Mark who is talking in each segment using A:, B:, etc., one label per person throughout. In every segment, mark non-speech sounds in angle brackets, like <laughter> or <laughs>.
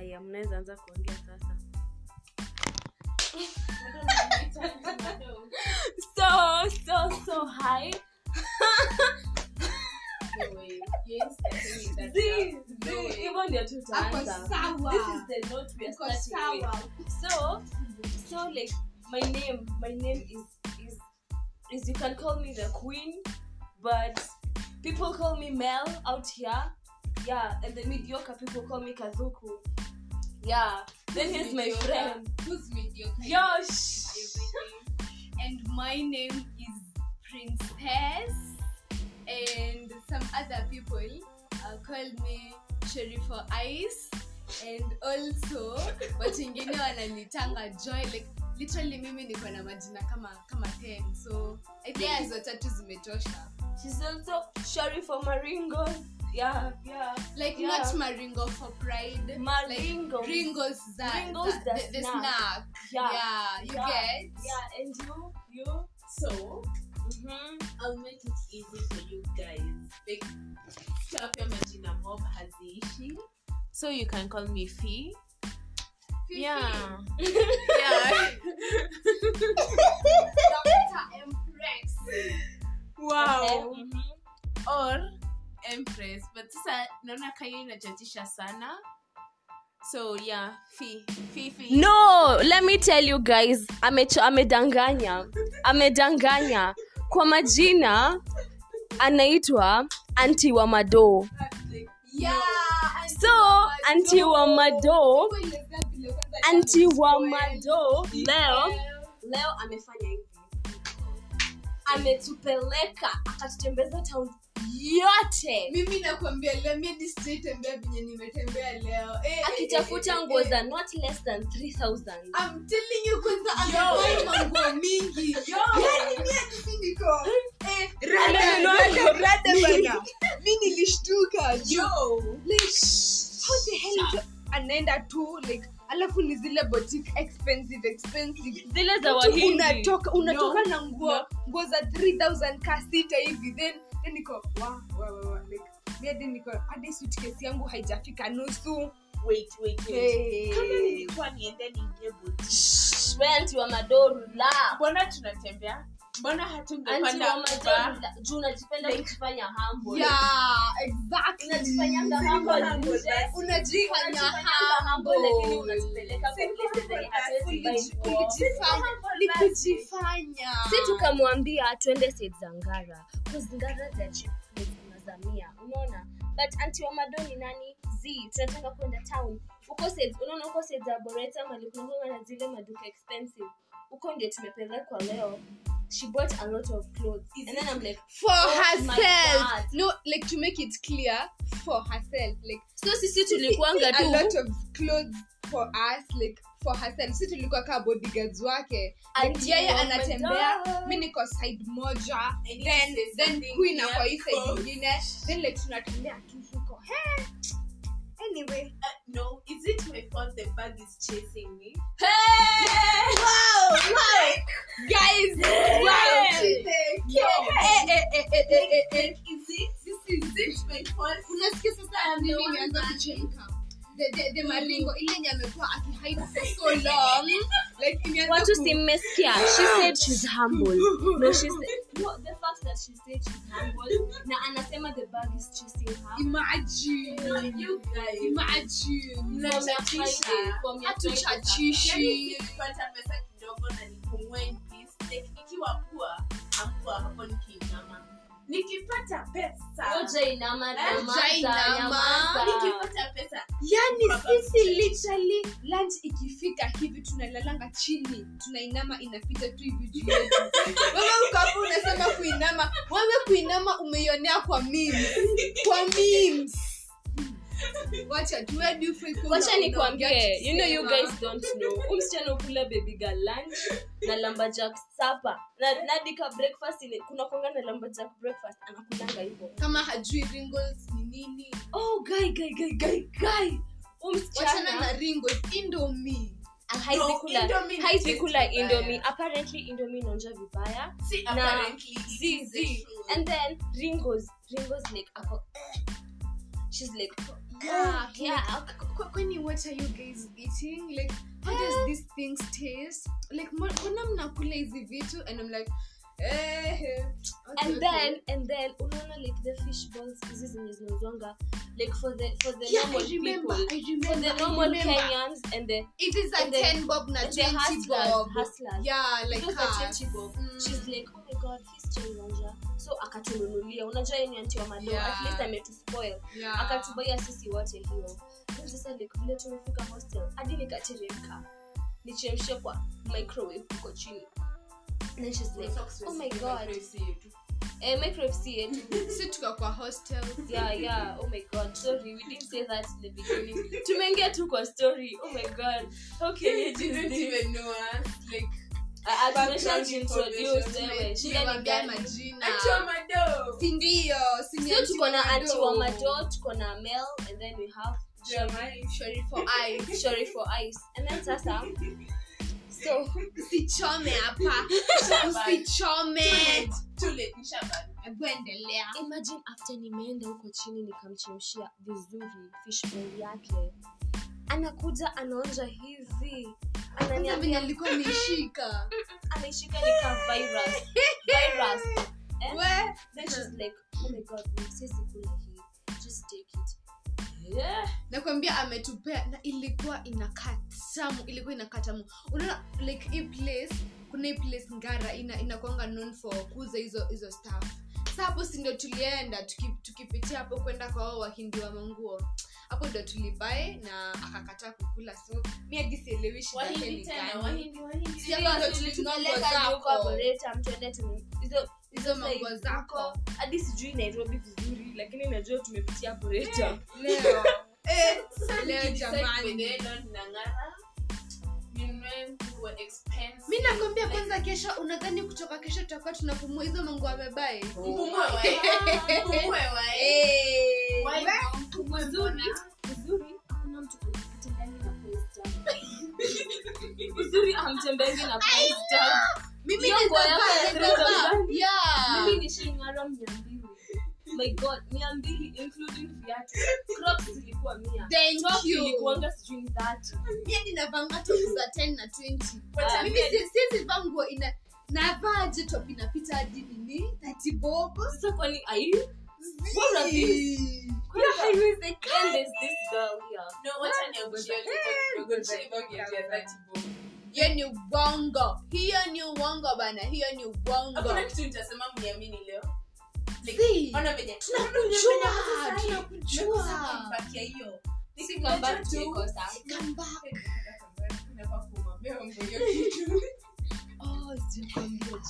A: utaanza kuongea sasa so so so hi Zii, zii, hivyo ndio tutaanza this is the note we are starting with so so like my name my name is is is you can call me the queen but people call me mel out here yeah and the mediocre people call me kazuku yeah then here's my friend
B: Who's mediocre?
A: yosh
B: Everything. And my name is Princess. And some other people uh, call me Sherry for Ice. And also, watu wengine wananitanga Joy. Like, literally mimi niko na majina kama kama 10 so I think hizo tatu zimetosha
A: she's also sorry for maringo yeah yeah
B: like
A: Yeah.
B: not maringo for pride
A: Maringo.
B: like ringos za
A: Ringos
B: za-
A: the
B: the, the
A: snack.
B: snack
A: yeah
B: yeah you
A: Yeah.
B: get
A: yeah and you you
C: So
A: mm-hmm.
C: I'll make it easy for you guys. Like chapia majina mob haziishi. So you can call me Fee.
B: Fifi.
A: <laughs>
C: yeah.
B: Dr. Empress.
C: Wow.
A: mm-hmm.
C: Or Empress. But sasa naona kaya inachatisha sana. So yeah, Fee. Fee Fee.
A: no let me tell you guys amecho amedanganya amedanganya kwa majina anaitwa anti wa mado
B: Yeah,
A: so anti wa mado anti wa mado leo leo amefanya hivi ametupeleka akatutembeza town yote
B: mimi nakwambia leo miadi sitaitembea venye nimetembea leo Eh, eh, eh,
A: akitafuta
B: eh,
A: nguo
B: eh.
A: za not less than 3000
B: I'm telling you kwanza amevaa manguo mingi Yaani yani mi adisi niko eh, rada, rada, rada <laughs> bana. mi nilishtuka yo like, how the hell mtu anaenda tu like alafu ni zile boutique expensive expensive
A: zile za
B: Tu
A: wahindi
B: unatoka unatoka na nguo nguo za 3000 ka sita hivi then then niko wa wa wa wa like mi hadi niko hadi suitcase yangu haijafika nusu
C: Wait, wait, wait.
B: hey.
C: Kama nilikuwa niende niingie boutique.
A: We anti wa madoru la
C: Mbona tunatembea? Mbona
A: anti
C: hatungepanda
A: wa
C: Uber?
A: madoru la- juu unajipenda kujifanya humble.
B: Yeah, exactly.
A: Unajifanyanga humble
C: humble,
A: nje.
C: yes.
B: Unajifanya
A: Unajifanyanga humble, lakini unajipeleka kwa
C: Simple
A: place zenye hatuwezi
B: Uliji-
A: buy nguo.
B: ulijifanya- ni kujifanya.
A: si tukamwambia tuende Said Zangara Cause Ngara za cheap place unazamia unaona but anti wa madoni nani z tunataka kwenda town uko Said- unaona uko Said za boreta malikunakuwa na zile maduka expensive uko ndio tumepelekwa leo she bought a lot of clothes and then I'm like
B: For
A: Oh my
B: herself.
A: God.
B: No, like to make it clear, for herself. Like,
A: so sisi
B: see
A: <laughs> tulikuanga
B: a
A: tu
B: lot of clothes for us, like, for herself. Si tulikuwa kaa bodyguards wake
A: Ati
B: Like, yeye
A: wa
B: anatembea
A: madam.
B: mi niko side moja
C: oh And
B: then
C: he says
B: then
C: something
B: queen ako hii
C: yako.
B: side nyingine then like tunatembea tu huko Hey. anyway
C: Uh, no, is it my fault the bag is chasing me?
B: guys
C: Wow,
B: unasikia sasa mimi
C: one
B: nimeanza kuchemka The- the- the maringo ile yenye amekuwa akihide for <laughs> so long like imeanza
A: watu
B: ku-
A: si mmesikia she said she's humble no she said no, the fact that she said she's humble na anasema the bag is chasing her
B: imagine
C: You guys.
B: imagine
A: Friday, from your
B: hatuchachishi
C: Yaani Nilipata pesa kidogo na nipumue in peace. Like, nikiwa poor, hakuwa hapo nikiinama. Nikipata pesa
A: Moja inama,
C: Moja
A: nyamaza,
B: inama.
A: nyamaza.
C: nikipata pesa
B: yani Yaani sisi literally lunch ikifika hivi tunalalanga chini tunainama inapita tu hivi juu yetu wewe ukapo unasema kuinama wewe kuinama umeionea kwa memes. kwa memes. wacha tu, where do you feel kuna-
A: wacha nikwambie
B: unaongea
A: you know you
B: tukisema?
A: guys don't know Huyu msichana ukula baby girl lunch na lumberjack supper na nadika breakfast ile kuna kuanga na lumberjack breakfast anakulanga hivyo
B: kama hajui ringles ni nini
A: oh guy guy guy guy guy Huyu
B: wachana
A: msichana
B: na ringles indomie
A: haizi
C: No,
A: kula
C: Indomie ni
A: haizi
C: taste
A: kula
C: vibaya.
A: indomie apparently indomie inaonja vibaya
C: See,
A: Nah.
C: apparently, it
A: Z,
C: is the
A: Z.
C: truth.
A: and then ringos ringos like ako "Ah, eh." she's like
B: yeah,
A: yeah.
B: Ah, like, qu- qu- kwani what are you guys eating like how does
A: Eh.
B: these things taste like mbo- mbona mnakula hizi vitu and i'm like eh, okay,
A: and
B: okay.
A: then and then unaona like the fish balls hizi zenye zinauzwanga like for the for the
B: <laughs> yeah,
A: normal
B: I remember,
A: people
B: I
A: for
B: remember,
A: the
B: I
A: normal
B: remember.
A: Kenyans and the
B: It is a
A: and the-
B: 10 bob na
A: and the
B: 20
A: hustlers
B: bob.
A: hustlers
B: Yeah, like
A: Those are
B: us.
A: 20 bob.
B: Mm.
A: She's like, oh my god, this change anja. So akatununulia. Unajua yeye ni anti wa madoa.
B: Yeah.
A: At least ametuspoil.
B: Yeah.
A: Akatubaya sisi wote hiyo. Then Sasa like vile tumefika hostel, hadi nikateremka. Nichemshe kwa microwave huko chini. And then she's like, oh my god. Eh, microwave si yetu.
B: Si tuko kwa
A: <laughs>
B: hostel.
A: yeah yeah oh my god sorry we didn't say that in the beginning tumeingia tu kwa story oh my god how can you do this Ah, ah, tumesha
C: Background
A: introduce
C: information.
A: wewe shida ni
B: Tumewaambia
A: gani
B: majina.
C: mado
B: Si ndio, si ni
A: sio
B: anti
A: tuko na
B: wa
A: anti wa
B: madoa.
A: mado tuko na mel and then we have
B: Sharifu eyes.
A: shori for ice and then sasa so
B: usichome hapa usichome endelea
A: imagine after nimeenda huko chini nikamchemshia vizuri fishball yake anakuja anaonja hizi
B: venye
A: ananiambia
B: alikuwa ameishika
A: anaishika nika virus virus eh?
B: We,
A: Then she's like, oh my god, msisi kuna hii. Just take it.
B: nakwambia ametupea na ilikuwa inakatamu ilikuwa inakatamu unaona like hii place kuna hii place ngara ina inakwanga known for kuuza hizo hizo staff sa hapo si ndio tulienda tuki, tukipitia hapo kwenda kwa wao wahindi wa manguo hapo ndo tulibae na akakataa kukula so mi hadi sielewi shida yake ni gani. Sio
A: Hiyo
B: ndo
A: ndo
B: tulinunua
A: tulipeleka
B: nguo zako.
A: ndio kwa Boreta, mtuende tu- hizo-
B: hizo
A: sasa hivi
B: manguo zako
A: huko. hadi sijui nairobi vizuri lakini najua tumepitia boreta
B: leo <laughs> Eh, leo jamani
C: jamani
B: mi nakwambia
A: Eh.
B: kwanza kesho unadhani kutoka kesho tutakuwa tunapumua hizo mangu amebae
A: Oh.
C: <laughs>
B: Eh,
A: uzuri hakuna mtu kutenganyi na pesta uzuri amtembengi na pesta Hiyo nguo yako ya Christmas. mimi nishaingara mia mbili my god mia mbili including viatu crops zilikuwa mia top ilikuanga sijui ni dhati
B: ninavanga top za 10 na 20
A: But
B: mimi
A: again-
B: si- sizivaa nguo ina navaaje top inapita hadi nini tatibobo
A: sasa kwani ai What are these? kwani haiwezekani there's this girl here
B: Eh, hiyo ni uongo hiyo ni uongo bana hiyo ni uongo
C: hakuna kitu nitasema mniamini leo
B: Si.
C: ona venye
B: Tunakujua, tunakujua.
C: tunapakia hiyo
A: Come back to Ecosa.
B: Come back.
A: Oh, sijakwambia jo.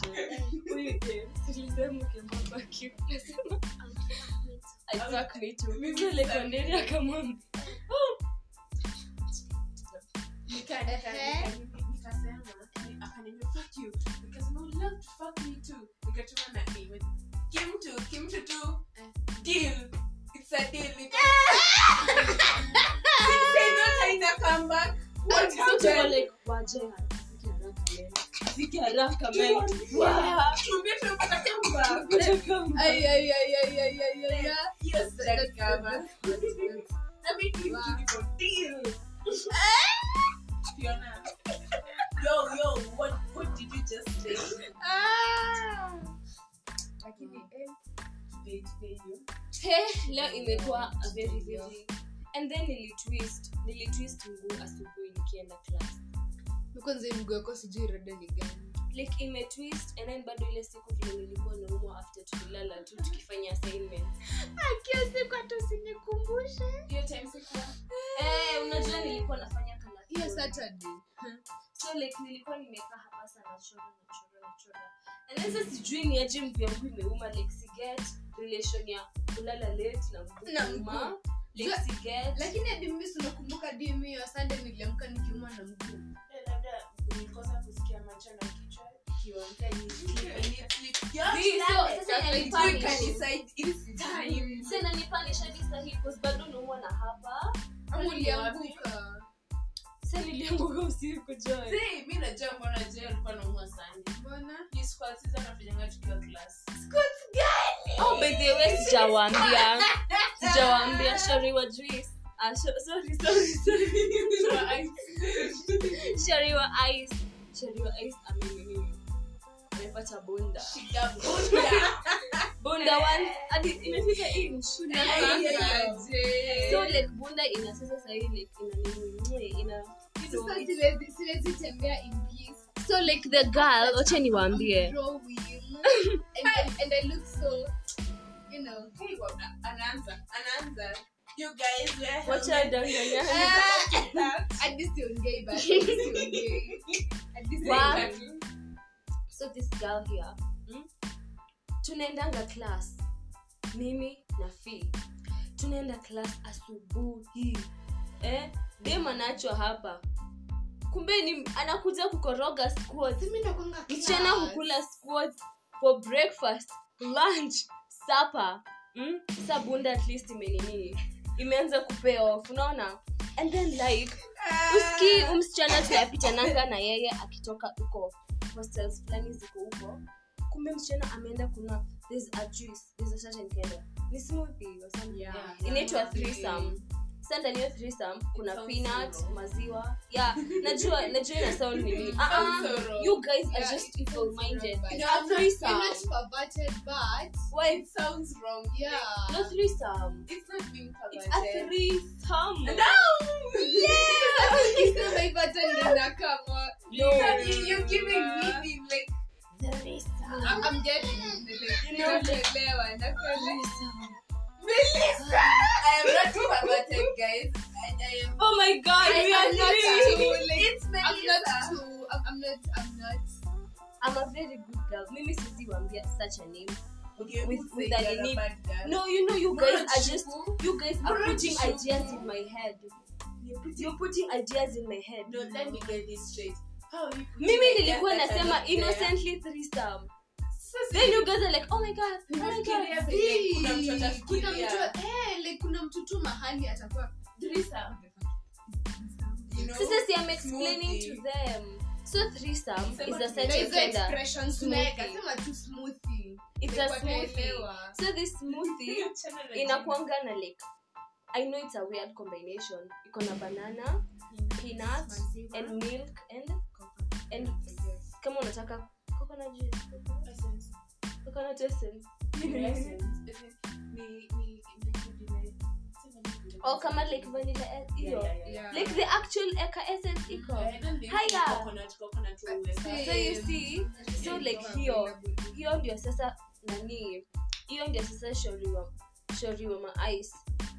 A: Huyu dem, tulisema ukiambamba eh, kiu. I fuck me too. Yule kondeni akamwambia, "Oh,
C: What
A: so tuko
C: happened?
A: like, waje haraka, fika haraka men. Fika haraka men. Wow.
C: Tuambie tunapata comeback.
A: Kuja come back.
B: Ay, ay, ay, ay, ay, ay, ay, ay.
C: Yes,
B: That's-
C: that cover.
B: that's- that's-
C: Let me give
B: Wow.
C: you the deal. Fiona. Yo, yo, what, what did you just say?
B: Ah.
C: They, they, you.
A: Hey, leo imekuwa a very very and then nilitwist nilitwist mguu asubuhi nikienda class
B: kwanza hii mguu yako sijui rada ni gani
A: like imetwist and then bado ile siku vile nilikuwa naumwa after tulilala tu tukifanya assignment
B: akio siku hata usinikumbushe
C: Your time sikuwa.
A: Eh, unajua nilikuwa nafanya kana
B: hiyo saturday
A: so like nilikuwa nimekaa hapa sana nachora nachora nachora and then sasa sijui ni aje mguu yangu imeuma like si get relation ya kulala late na
B: Na
A: mguu
B: mguu.
A: kuuma like
B: So-
A: si get
B: lakini hadi mimi sinakumbuka dimi hiyo sunday niliamka nikiuma na mguu
C: Eh, labda ulikosa kusikia macho na kichwa ikiwaambia nini.
A: This- so- sasa
B: Sasa
A: inanipunish.
B: you can
A: Sasa inanipanisha hadi saa hii, 'cause bado naumwa na hapa
B: ama ulianguka
A: Sasa nilianguka usiku joy
C: See, mi najua mbona Joy alikuwa anaumwa sana.
B: mbona
C: Ni squats hizo anafanyanga tukiwa class.
A: oh, by the way sijawaambia sijawaambia shori wa juice uh, sh- sorry, sorry, sorry. Shariwa Ice. Shariwa Ice amini mimi. Amepata bunda. <laughs> Bunda one hadi imefika inch. So like bunda ina sasa sahi like ina nini ina you know, it's-
B: siwezitembea in peace.
A: so like the girl wacha niwaambie <laughs>
B: Drawing. and, I- and I look so, you know.
A: wacha danganya Ah!
B: At least you're gay,
A: <laughs>
B: but at least you're gay. At least you're
A: Wow.
B: gay.
A: so this girl here mm? tunaendanga class mimi na fi tunaenda class asubuhi eh? dem anaachwa hapa kumbe ni anakuja kukoroga squats
B: Mimi ndo kwanga
A: mchana
B: class.
A: hukula squats for breakfast lunch supper mm? sa bunda at least imenini imeanza kupea off unaona and then like
B: Ah.
A: uski umsichana tunapitananga na yeye akitoka huko hostels fulani ziko huko kumbe msichana ameenda kunua there's a juice there's a certain kind of- ni smoothie or something
B: Yeah,
A: yeah,
B: yeah,
A: inaitwa
B: smoothie.
A: threesome sasa ndani ya threesome kuna
C: sounds
A: peanut
C: so wrong.
A: maziwa yeah
B: <laughs>
A: najua najua ina sound nini ah
C: sounds
A: ah,
C: so wrong.
A: you guys are
B: Yeah,
A: just
B: it sounds
A: evil minded
B: wrong, but-
A: it's
B: No,
A: a
B: I'm not
A: threesome
B: perverted, but
A: why
B: yeah.
A: no threesome it's a threesome <laughs>
B: <laughs> Nikisema hivyo hata ndio nakama.
A: no Uh-huh.
B: I'm- I'm getting it, like,
A: You know, like-
B: nakuelewa, nakuelewa.
A: oh my god we
B: I'm not
A: are three
B: too,
A: <laughs>
B: like, I'm not too-
A: uh.
B: I'm- I'm not- I'm not-
A: I'm a very good girl. Mimi sisi wambia such a name. With, with that name. No, you know you guys are just you guys are
C: Mara
A: putting
C: Chiku.
A: ideas in my head. You're putting ideas in my head. Mimi nilikuwa nasema innocently threesome. Then you guys are like, oh my god, oh my god.
B: Kuna mtu- eh, like, kuna mtu tu mahali atakuwa
A: Sasa si I'm explaining to them. So threesome
C: Sema
A: is a
C: tu-
B: Na
A: certain
B: hizo
A: kind of
B: expressions tunaweka,
A: smoothie.
B: sema tu smoothie.
A: It's a
B: Like,
A: smoothie.
B: wataelewa.
A: So this smoothie inakuanga na like i know it's a weird combination iko na banana peanut
B: Maziwa.
A: and milk and and kama unataka coconut juice coconut essence
C: Mm-hmm.
A: or
C: Oh,
A: kama like vanilla e- hiyo
B: Yeah.
A: like the actual eka essence iko so you see so like hiyo hiyo ndio sasa nani hiyo ndio sasa shoriwa shoriwa maice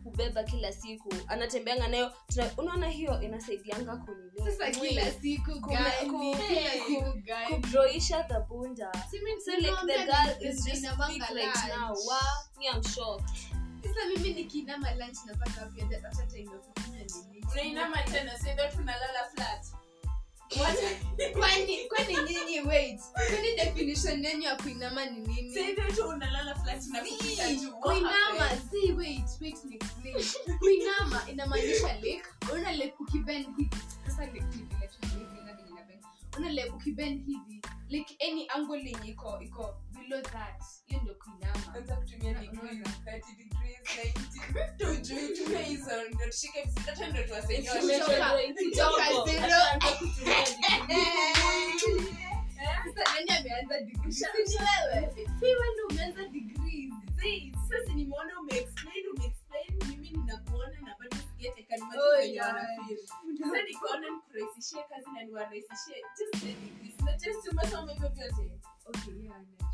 A: hubeba kila siku anatembeanga nayo Tuna- unaona hiyo inasaidianga kunini
B: Sasa kila siku
A: Kume-
B: gani?
A: ku-
B: Kila
A: ku-
B: siku gani?
A: kudroisha the bunda
B: Simi-
A: so like the
B: nakwambia
A: girl
B: ni-
A: is just
B: ninavanga
A: big right
B: lunch.
A: now wow me i'm shocked
B: <laughs> Sasa mimi nikiinama lunch napata afya, that- after time ya kukunywa ni nini? Kwani- kwani nyinyi wait kwani definition yenu ya kuinama ni nini kuinama si wait wait ni explain kuinama inamaanisha like una like ukibend hivi sasa like ni vile tu hivi na vile na bend una like ukibend hivi like any angle yenye iko iko below that hiyo ndio kuinama kutoka zero <laughs> Sasa nani ameanza degree? Si wewe. Si wewe ndio umeanza degree. Oh, yeah. Okay, Oh, yeah, najua.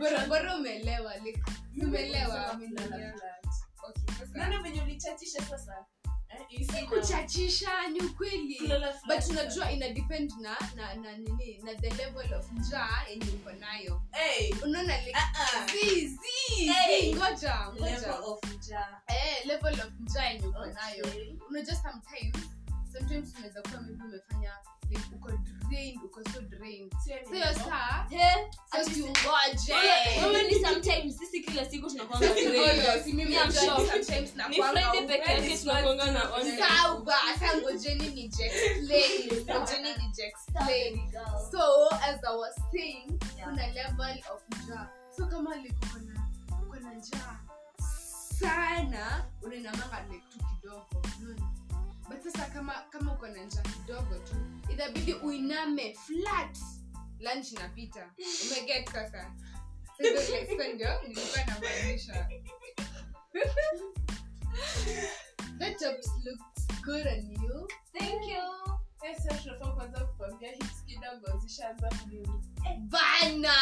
B: Bora- bora umeelewa like umeelewa Okay, sasa.
C: naona venye ulichachisha sasa Eh, you see now.
B: kuchachisha ni ukweli
C: Kulala flat.
B: but unajua ina depend na na na nini na the level of njaa yenye uko nayo
C: Hey,
B: unaona like
C: uh-uh.
B: zi zi
C: Hey.
B: zi, ngoja ngoja
C: Level of njaa.
B: eh level of njaa yenye uko nayo
C: Okay.
B: unajua sometimes sometimes unaweza kuwa maybe umefanya like uko drained uko so drained so hiyo saa sasa ungoje
A: wewe ni Eh, sometimes sisi kila siku tunakwanga <laughs>
B: Ngoja, si mimi
A: Yeah, I'm
B: najua ni
A: sure.
B: sometimes
A: ni
B: nakuanga
A: friday
B: huko.
A: peke yake tunakwanga na
B: Sawa, sasa ngojeni nijiexplain, ngojeni nijiexplain. so as i was saying
A: Yeah.
B: kuna level of njaa so kama like uko na- uko na njaa sana unainamanga like tu kidogo unaona? but sasa kama kama uko na njaa kidogo tu itabidi uiname flat lunch inapita umeget sasa Sasa ndio- sasa ndio nilikuwa namaanisha that tops looks good on you
A: Thank you.
B: bana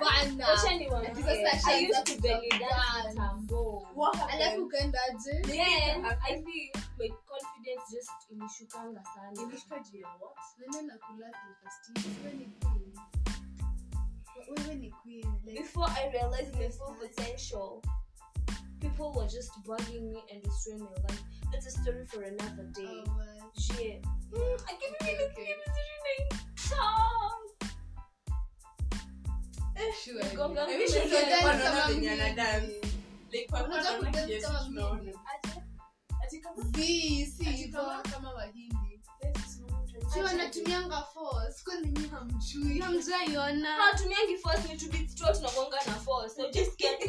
B: bana
A: Wacha niwaambie,
B: Ati sasa
A: I used
B: shaanza
A: to belly dance
B: kudance.
A: kitambo.
B: alafu ukaendaje
A: Then, I think my confidence just ilishukanga sana.
B: Wewe na kulaki first. Wewe ni queen. Wewe ni queen. Like,
A: Before I realized my full potential, people were just bugging me and destroying my life. That's a story for another day.
B: oh, well.
A: Yeah. Mm, I can feel it.
B: Okay.
A: eh? Eh,
D: Sure.
A: Gonga
D: I wish
A: kule.
D: ungekuwa
A: Dance
D: unaona
B: kama
D: venye
B: mimi.
D: anadance. Like, kwa mfano,
B: Unataka
D: unaona
B: kudance
D: Yesu
B: kama
D: tunaona.
B: mimi?
A: Ati
B: Zii, si
A: Ati
B: hivyo.
A: kama-
B: Si wanatumianga force, kwa nini hamjui?
A: hawatumiangi force ni tubitua tunagonga na force so just get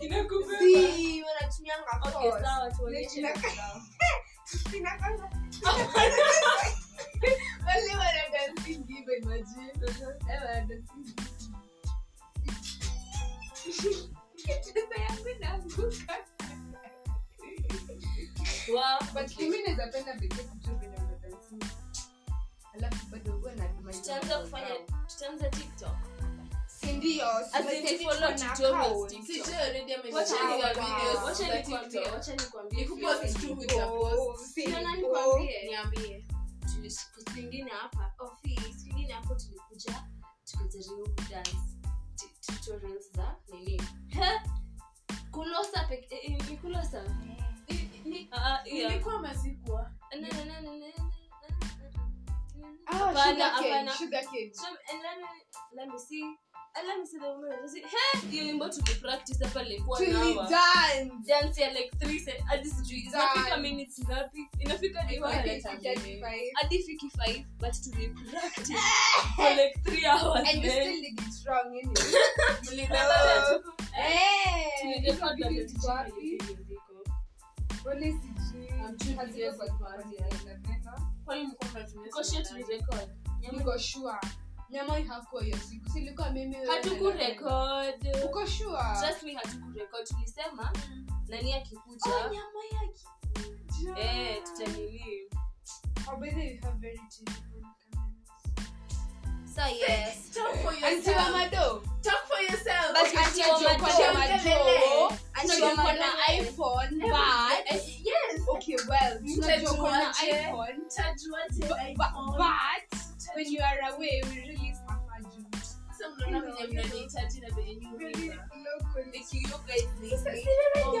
A: inakubeba
B: Zii, wanatumianga
A: okay
B: force.
A: sawa tuonyeshe
B: Inaka- Inakanga- Wale wana dancing hivyo, imagine. Eh, wana dancing hivyo. Kicheza yangu inaanguka.
A: <laughs> wow
B: But mimi naweza penda pekee kujua vile unadansi. Alafu bado uwe na imani
A: tutaanza
B: yako.
A: kufanya tutaanza tiktok
B: Si ndio, si
A: As in
B: umesema
A: people
B: tuko
A: not
B: na
A: tutorials,
B: account.
A: TikTok.
C: Teacher already
A: Wacha
C: ameshare
B: niwa-
C: videos
A: wacha
C: za
A: nikwambie,
C: TikTok.
A: wacha nikwambie.
C: Ni kupost tu with a post.
B: Si
A: Unaona
B: ndio.
A: nikwambie? Niambie. Tuli- siku zingine hapa ofi siku ingine hapo tulikuja tukajaribu kudance tu- tutorials za nini He? kulosa peke- eh, eh, ni kulosa Ni- ni- ah, yeah.
C: Ilikuwa mazikwa.
A: Na- na- na- na- na- na- na- na-
B: Ah,
A: Hapana,
B: sugar cane,
A: hapana.
B: sugar cane.
A: So, and let me- let me see- and let me see the woman. Does it- He, hiyo nyimbo tulipractice hapa like one hour.
B: Tulidance.
A: Dance ya like three se- hadi sijui zinafika
B: Done.
A: minutes ngapi inafika hadi
B: Ilikuwa
A: wapi?
B: dakika five.
A: hadi fiki five, but
B: <laughs>
A: tulipractice for like three hours,
B: And you
A: man.
B: still did it wrong, you know.
A: <laughs> Remember that
B: Oh.
A: tuko-
B: Eh,
A: tulirecord na
B: ilibidi
A: ndio tuko
B: wapi?
A: hivi ziko.
B: Wale sijui.
C: Hamjui
B: Haziko kwa kufanya, napenda.
C: Kwani mlikuwa mnatumia
A: Niko
C: simu
A: sure
C: gani?
A: tulirecord. Nyama-
B: Niko sure. nyama hakuwa hiyo siku silikuwa mimi wewe, na-
A: hatukurecord.
B: uko sure?
A: Trust me, hatukurecord. tulisema nani akikuja
B: Oh, nyama ya kikuja.
A: eh, tutanini
B: Oh, by the way, you have very terrible cameras.
A: so yes Oh,
C: Talk for
B: Auntie
C: yourself.
B: Wamado.
C: Talk for yourself.
A: But-
B: Auntie
A: Wamado.
B: Wamado. Wamado.
A: Auntie
B: Tunajua uko na
A: Wamado.
B: iPhone,
C: But-
B: but- Okay, well, tunajua uko na
C: Mtajuaje?
B: iPhone, bu- bu- but when you are away, we really suffer you.
C: Sasa mnaona venye mnanihitaji na venye nyinyi
B: Really
C: mna-
B: locally.
C: Like you guys need me.
A: Oh
B: ndio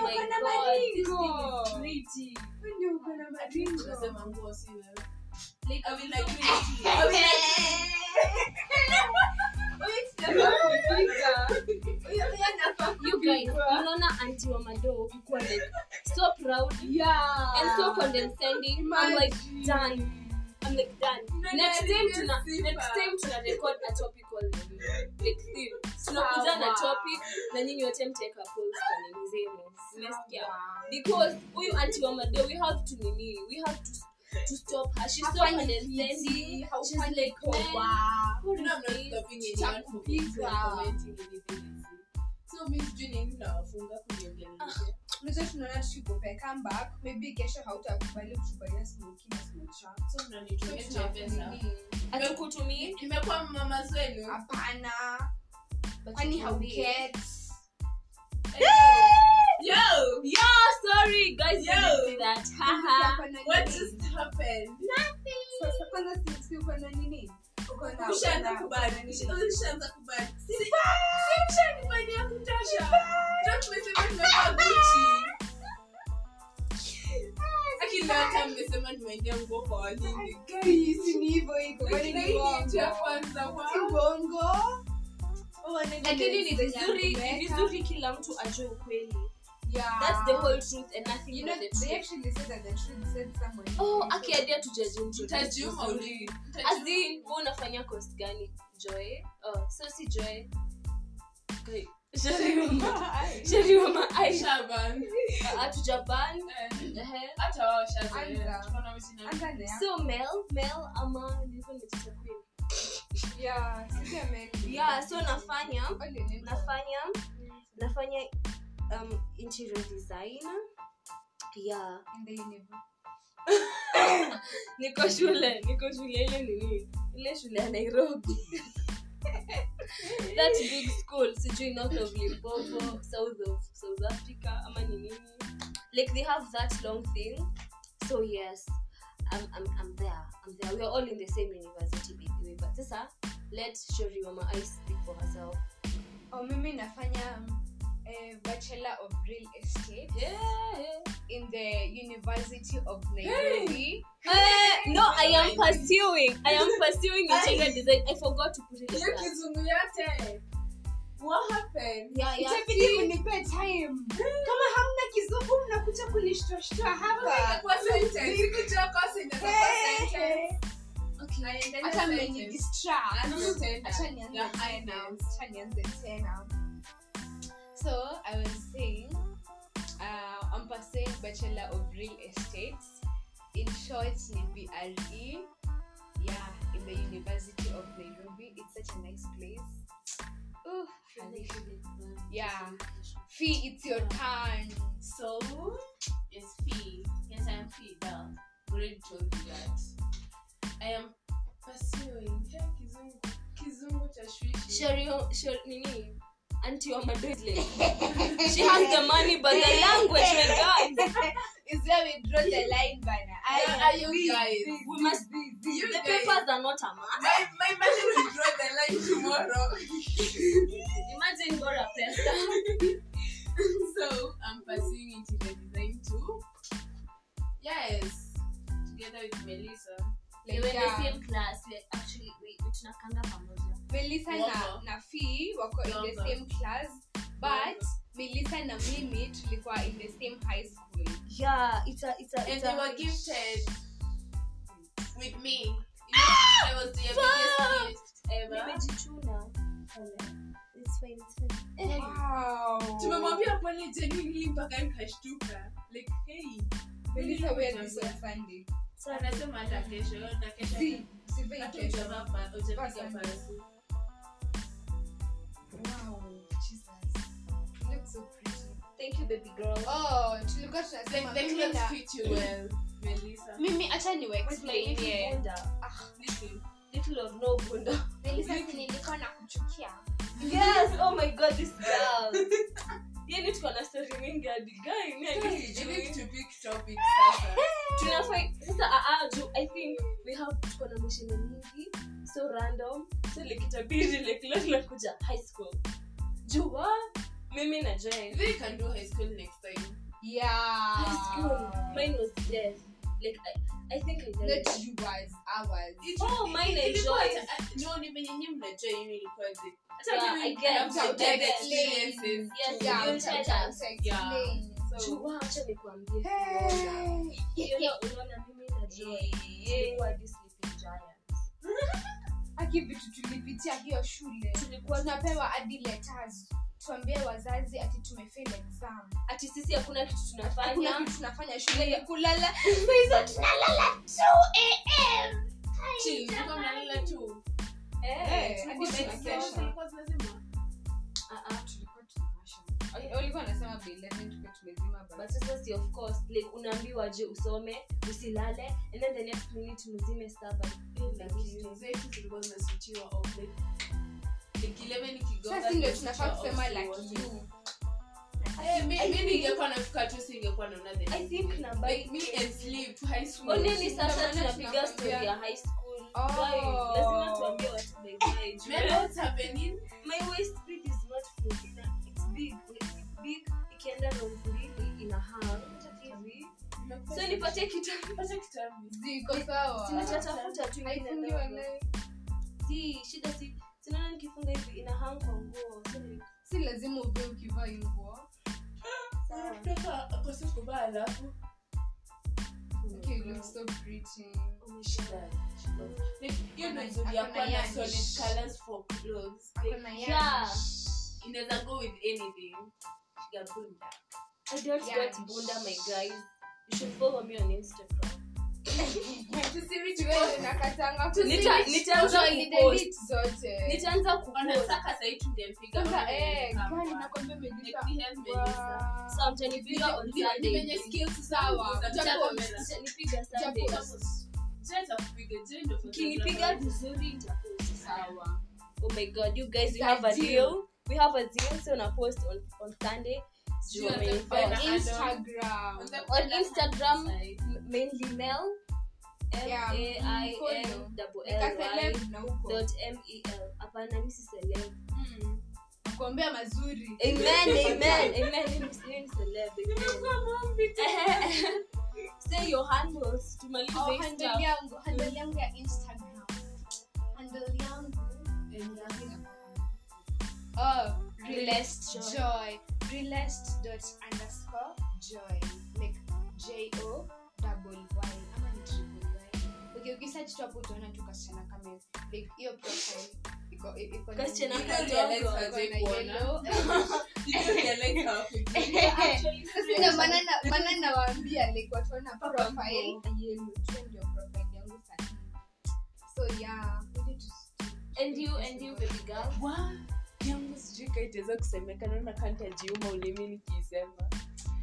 A: my
B: uko na
A: God, this thing
B: maringo.
A: is pretty.
B: Wewe ndio uko na maringo.
C: Unasema nguo si wewe.
A: Like,
C: I mean, like,
B: Ah.
A: you guys, unaona anti wa mado ukikuwa like so proud
B: Yeah.
A: and so condescending i'm like
B: Imagine.
A: done i'm like done
C: Nani
A: next time tuna
C: aliyesifa?
A: next time tuna record na topic all the way. like theme tunakuja na
B: Sawa.
A: topic na nyinyi wote mteka polls kwa nini zenu nasikia
B: Wow.
A: because huyu anti wa made we have to nini we have to to stop her she's so
B: Hafanyi
A: condescending
B: hivi,
A: she's
B: haufanyi
A: like
B: hivi.
A: man,
B: Wow.
A: what is
C: No, I'm not
A: this?
C: stopping
B: Cha
C: anyone from
B: kupika.
C: commenting anything. So, Miss Juni, ninawafunga kuniongelesha.
B: Unajua tunaona tukikupea comeback, maybe kesho hautakubali kutufanyia smoking na smoke shop.
C: So, mnanitumia
B: So
C: pesa.
B: tunafanya nini?
A: Atakutumia,
C: Nimekuwa mama zenu.
B: Ah. Hapana.
A: but
B: Kwani
A: hautumii.
B: hauket?
C: Yo!
A: Yo, sorry guys, you
C: Yo.
A: didn't see that. Haha.
B: Hapana
C: What
B: nini?
C: just happened?
B: Sasa kwanza si- si uko na nini? Uko na-
C: Ushaanza
B: uko na-
C: kubali.
B: uko na nini?
C: Ushaanza kubali. oh, Si- si mshanibali ya kutosha. Ndio tumesema tumevaa Gucci. Akina hata mmesema nimeendea nguo kwa walindi.
B: Guys, si ni hivyo hiko, kwani ni
C: Lakini hii ya
B: uongo?
C: kwanza, wow.
B: Si uongo? Oh, nini
A: lakini ni
B: zenye
A: vizuri
B: hakuweka?
A: ni vizuri kila mtu ajue ukweli
B: Yeah.
A: thats the whole truth and nothing
B: You know,
A: but the
B: they
A: truth
B: actually said that the truth said someone.
A: oh
B: <laughs>
A: akiadia tujaji mtu
C: Utajuma uli- utajuma.
A: azin we unafanya cost gani joy oh, so si joy Okay, <laughs>
D: Shaban.
A: hatujaban
C: Eh.
D: Hata wao washazoea.
B: Anza.
D: Tuko na majina mengi.
A: so mel mel ama nilikuwa nimetuta queen yeah so nafanya nafanya nafanya um, interior designer yeah niko shule niko shule ile nini ile shule ya nairobi <laughs> that big school sijui north of limpopo south of south africa ama ni nini like they have that long thing so yes I'm, I'm, I'm there. I'm there. We're all in the same university, by the way. But sasa, let Shori Mama I speak for herself.
B: Oh, mimi nafanya eh, bachelor of real estate
A: Yeah.
B: in the university of nairobi
A: Eh, no, I am pursuing. I am pursuing interior design. I forgot to put it. in that.
D: kizungu yote what happened
A: Yeah, yeah.
B: itabidi unipe time kama hamna kizungu mnakuja kunishtuashtua hapa
D: Kwa sentence. Sikutoa kwa sentence, kwa sentence. Naendelea
B: hata
D: sentence. Anza
B: mmenidistract.
D: tena.
B: Acha nianze
D: Yeah, I
B: tena.
D: know.
B: Acha nianze tena so i was saying uh, i'm pursuing bachelor of real estate in short ni bre yeah in the university of nairobi it's such a nice place Ooh, yeah fee it's your turn
C: So it's Fee. Yes, I am Fee. Girl, already told you that. I am pursuing hey, kizungu kizungu cha shwishi.
A: Shori, Shori, nini? Auntie Oma Dudley. <laughs> she has the money, but the language, my God.
B: is where we draw the line bana
C: Where are you guys?
A: We must be.
D: You
A: The
D: guys.
A: papers are not a must.
D: My, my mother will draw the line tomorrow.
A: Imagine Bora Pesa.
C: so I'm pursuing interior design too. Yes, together with Melissa.
A: They were in the
B: yeah.
A: same class. We actually, we, we tunakanga pamoja.
B: melissa na,
C: Wako.
B: na fee wako in the
C: Wako.
B: same class but melissa na mimi tulikuwa in the same high school
A: Yeah, it's a, it's a,
C: And
A: it's
C: they
A: a-
C: were gifted with me. You know, I was their biggest gift ever.
A: Nimejichuna. Oh, It's fine, it's fine.
B: Oh,
C: Hey.
B: wow.
C: tumemwambia pale genuinely mpaka nikashtuka like hey
B: melissa wear this on sunday
A: Sorry.
C: anasema hata kesho na kesho
B: See, sivai
C: hata
B: kesho.
C: hujavaa pa- hujapiga
B: Pasa.
C: pasi.
B: Wow, Jesus. Looks so pretty.
A: Thank you, baby girl.
B: Oh, tulikuwa
C: The-
B: tunasema
C: the
B: mimi
C: clothes
B: na-
C: fit you well, Melissa.
B: mimi acha niwa
A: With my little
B: explainie
A: bunda.
C: Listen,
A: Ah, Little or no bunda.
B: melissa si nilikuwa na kuchukia
A: yes oh my god this <laughs> girl yani tuko na story mingi hadi guy mimi hadi
D: You need
A: sijui
D: to pick topics sasa.
A: tunafai sasa ah ah ju i think we have tuko na mishene mingi so random so like itabidi like leo tunakuja high school jua mimi na join
C: they can do high school next time.
B: yeah
A: high school mine was death like i, I think i died.
B: not you guys ours
C: It-
A: Oh,
C: it-
A: mine
C: it-
A: enjoy.
C: ilikuwa hata- no, ni venye nyinyi mnajoy, mimi nilikuwa zi- hata
A: Yeah,
C: mimi
A: I get-
C: I'm so
A: I
C: dead
A: get-
C: experiences.
A: yes
B: yeah,
A: you
B: mcha-
A: tell us
B: mcha
C: Yeah.
B: explain. So-
A: jua acha nikwambie
B: Hey.
A: unaona unaona mimi na join tulikuwa hadi sleeping giants
B: haki vitu tulipitia hiyo shule
A: tulikuwa
B: tunapewa hadi letters tuambie wazazi ati tumefail exam
A: ati sisi hakuna kitu tunafanya
B: hakuna kitu tunafanya shule ya kulala
C: Chill, mlikuwa mnalala tu.
A: Eh,
B: Eh,
A: tulikuwa
B: hadi
A: tunasema-
B: tunakesha.
C: Kesho ilikuwa zinazima.
A: Ah, ah.
B: walikuwa anasema by 11 tuko tumezima
A: But sasa si of course like unaambiwa je usome usilale and then the next minute mzime saba
C: Lakini zetu zilikuwa zinaswitchiwa off, like- like 11 ikigonga,
B: sasa ndio
C: zinaswitchiwa
B: tunafaa
C: off
B: kusema
C: to
B: lucky
C: wote.
B: you
C: Eh, mi- mi ningekuwa nafika tu singekuwa naona the
A: I
C: next
A: think
C: day.
A: namba-
C: Like, me and sleep, high school.
A: Only ni sasa
B: Maana
A: tunapiga
B: tunakwambia-
A: story ya high school
B: Oh.
A: Guys, lazima tuambie watu by
B: <laughs>
A: guys.
C: Man, what's happening?
A: my waist big is not full ina it's big it's big ikienda round mbili ina hang hivi so nipatie kitu
C: Pata kitabu.
B: ziko sawa
A: sinatafuta tu ingine
B: haifungiwa
A: ndogo.
B: nayo.
A: si shida si sinaona nikifunga hivi ina hang kwa nguo so ni-
B: si lazima uvie ukivaa hii nguo
A: sawa.
C: Mtoto akose kuvaa alafu.
B: Okay, you look so pretty.
A: Umeshinda.
C: Like, hiyo
B: Akona-
C: ndo nzuri ya
B: akona
C: kuwa na
B: yansh.
C: solid colours for clothes.
B: Ako na
A: Yeah.
B: yansh.
C: inaweza go with anything shigabunda
A: I don't
B: Yeah.
A: get Bunda, my guys. You should follow me on Instagram.
D: nakatanga
A: Nita- nitaanza kupost.
D: zote
A: Nitaanza kupost.
C: wanasaka sahii tungempiga
D: Sasa,
C: wapi
D: eh,
C: kama.
D: girl, nakwambia
C: Like,
D: Melissa,
C: we have Melissa.
D: wow.
A: So mtanipiga on Sunday.
D: Venye skills sawa
C: Utapiga
D: Chapo-
C: kamera.
A: Mtanipiga Sunday.
C: Je, atakupiga? Je, ndio
A: Ukinipiga
C: photographer.
A: vizuri nitapost.
C: sawa
A: Oh my god, you guys, we
D: It's
A: have a
D: ideal.
A: deal. We have a deal, so na post on, on Sunday. Juu
C: Sijui atafanya
A: amenifollow.
C: aje.
D: Instagram.
A: On Instagram,
C: Side.
A: m- mainly Mel. M
D: Yeah,
A: A I L
D: mfollow.
A: double L Y
D: Nikaselect na huko
A: dot M E L. Hapana, mimi si celeb.
B: Hmm.
C: Mm.
D: kuombea mazuri
A: Amen, amen, amen. Mimi si mimi ni celeb. amen. Eh, <laughs> Say your handles to my
B: Oh,
A: living
B: handle
A: stuff.
B: yangu handle yangu ya instagram handle yangu oh
A: Blessed
B: relest
A: joy.
B: joy relest dot underscore joy like j o double y ama ni triple y okay ukisearch tu hapo utaona tu kasichana kama hiyo. like hiyo profile iko i- iko na-
A: Kasichana
B: iko
A: kadogo,
B: na
C: iko na
B: yellow. <laughs>
A: Actually,
B: Ndio maana na- maana nawaambia like watu wana profile yenu tu ndio profile yangu sahihi so yeah we need to
A: and you and you baby girl.
C: <laughs> Wa, yangu sijui ka itaweza kusemeka naona kantajiuma ulimi nikiisema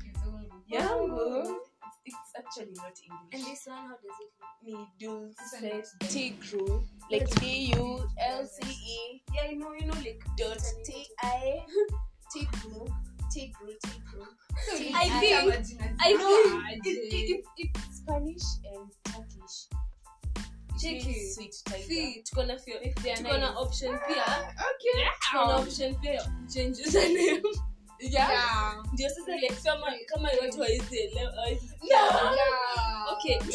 B: kizungu
C: yangu it's- it's actually not
A: And
C: English.
A: this one, how does it look?
C: Ni
B: It's
C: Dulce Tigru, like D-U-L-C-E
A: Yeah, I know, you know, like
C: E, dot T-I Tigru, Tigru, Tigru.
A: I
B: Hata
A: think-
B: majina
A: I know
D: Ah,
A: it,
D: Jay.
A: it, it, it's Spanish and
C: Turkish.
A: Check
C: Really
A: it.
C: Sweet tiger.
A: see. Tuko na fio, if they are
C: Tuko
A: nice.
C: na
A: <laughs> option pia.
D: okay
A: Tuko na option pia. Change the <laughs> name.
C: Yeah.
A: Ndio sasa like kama kama watu hawezi elewa. hawezi-
D: Yeah.
A: Okay, tuta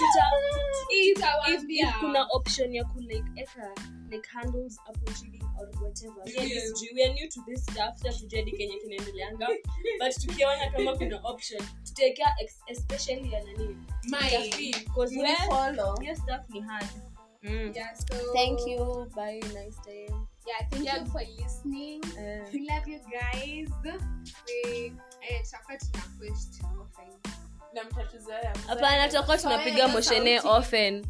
A: if, if,
D: Tutawambia.
A: if kuna option ya ku like eka like handles hapo chini or whatever. Yeah,
D: Yeah.
A: yes, we are new to this stuff. Sasa tujadi Kenya kinaendeleanga. But tukiona kama kuna option, tutekea ex- especially ya nani.
C: My.
A: Tafi, because
C: Mimi
A: where
C: follow.
A: your stuff ni hard. Mm.
D: Yeah, so-
A: Thank you. Bye. Nice day.
B: yeah thank
A: Yeah.
B: you for listening
A: Uh,
B: we love you guys we eh, tutakuwa tuna post often.
C: Na mtatuzoea.
A: hapana tutakuwa tunapiga
B: hiyo
A: moshene
B: sauti.
A: often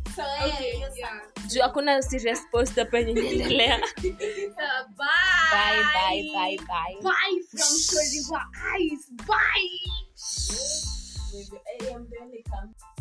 B: Okay, yeah.
A: juu hakuna serious post hapa yenye inaendelea
B: So, bye. Bye from Shoriwa Eyes. Bye.
C: With your AM belly come.